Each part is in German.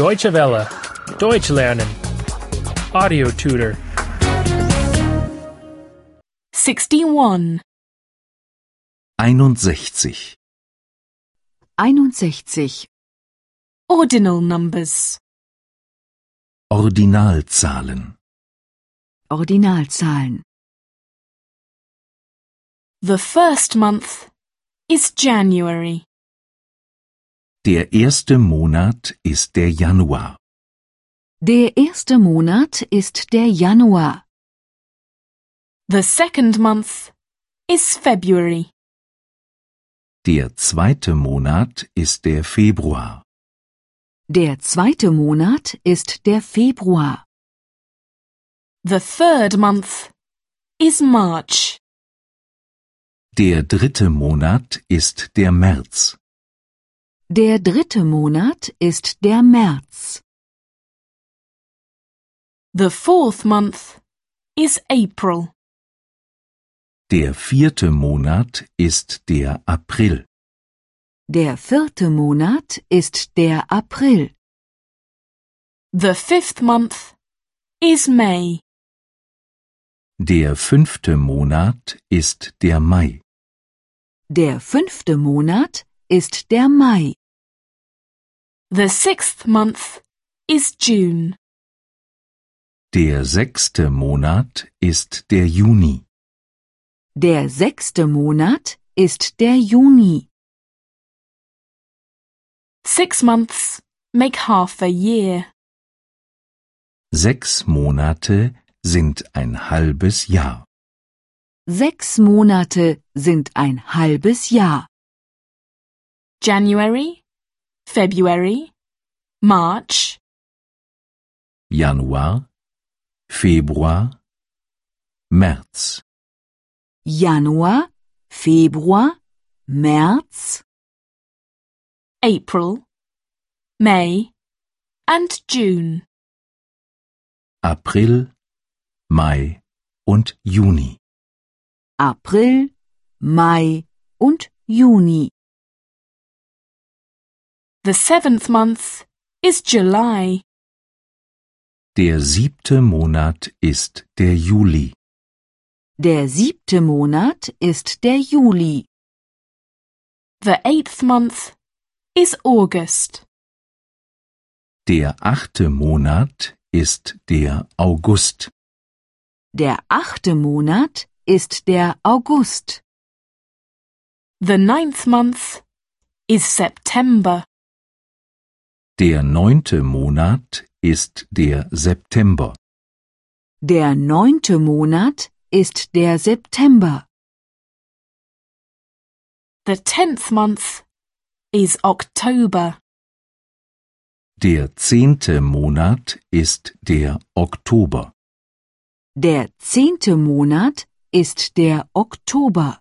Deutsche Welle. Deutsch lernen. Audio tutor. 61. 61. 61. Ordinal numbers. Ordinalzahlen. Ordinalzahlen. The first month is January. Der erste Monat ist der Januar. Der erste Monat ist der Januar. The second month is February. Der zweite Monat ist der Februar. Der zweite Monat ist der Februar. The third month is March. Der dritte Monat ist der März. Der dritte Monat ist der März. The fourth month is April. Der vierte Monat ist der April. Der vierte Monat ist der April. The fifth month is May. Der fünfte Monat ist der Mai. Der fünfte Monat ist der Mai. The sixth month is June. Der sechste Monat ist der Juni. Der sechste Monat ist der Juni. Six months make half a year. Sechs Monate sind ein halbes Jahr. Sechs Monate sind ein halbes Jahr. January, February, March, Januar, Februar, März, Januar, Februar, März, April, May, and June. April, Mai und Juni. April, Mai und Juni. The seventh month is July. Der siebte Monat ist der Juli. Der siebte Monat ist der Juli. The eighth month is August. Der achte Monat ist der August. Der achte Monat ist der August. The ninth month is September. Der neunte Monat ist der September. Der neunte Monat ist der September. The tenth month is October. Der zehnte Monat ist der Oktober. Der zehnte Monat ist der Oktober.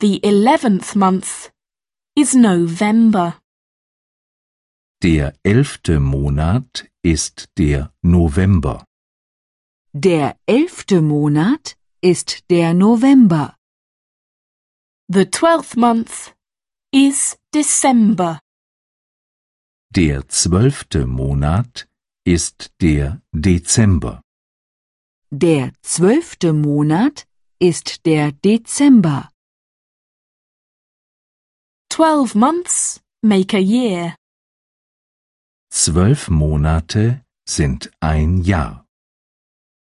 The eleventh month is November. Der elfte Monat ist der November. Der elfte Monat ist der November. The twelfth month is December. Der zwölfte Monat ist der Dezember. Der zwölfte Monat ist der Dezember. Twelve months make a year. Zwölf Monate sind ein Jahr.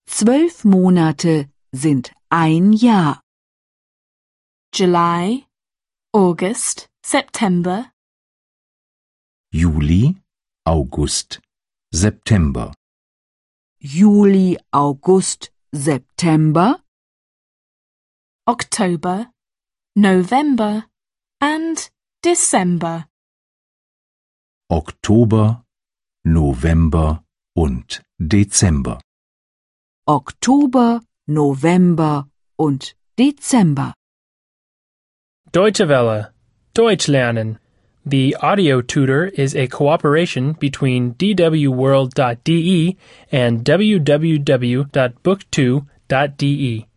Zwölf Monate sind ein Jahr. July, August, September, Juli, August, September. Juli, August, September, October, November, and December. Oktober, November und Dezember. Oktober, November und Dezember. Deutsche Welle. Deutsch lernen. The audio tutor is a cooperation between E dwworld.de and www.book2.de.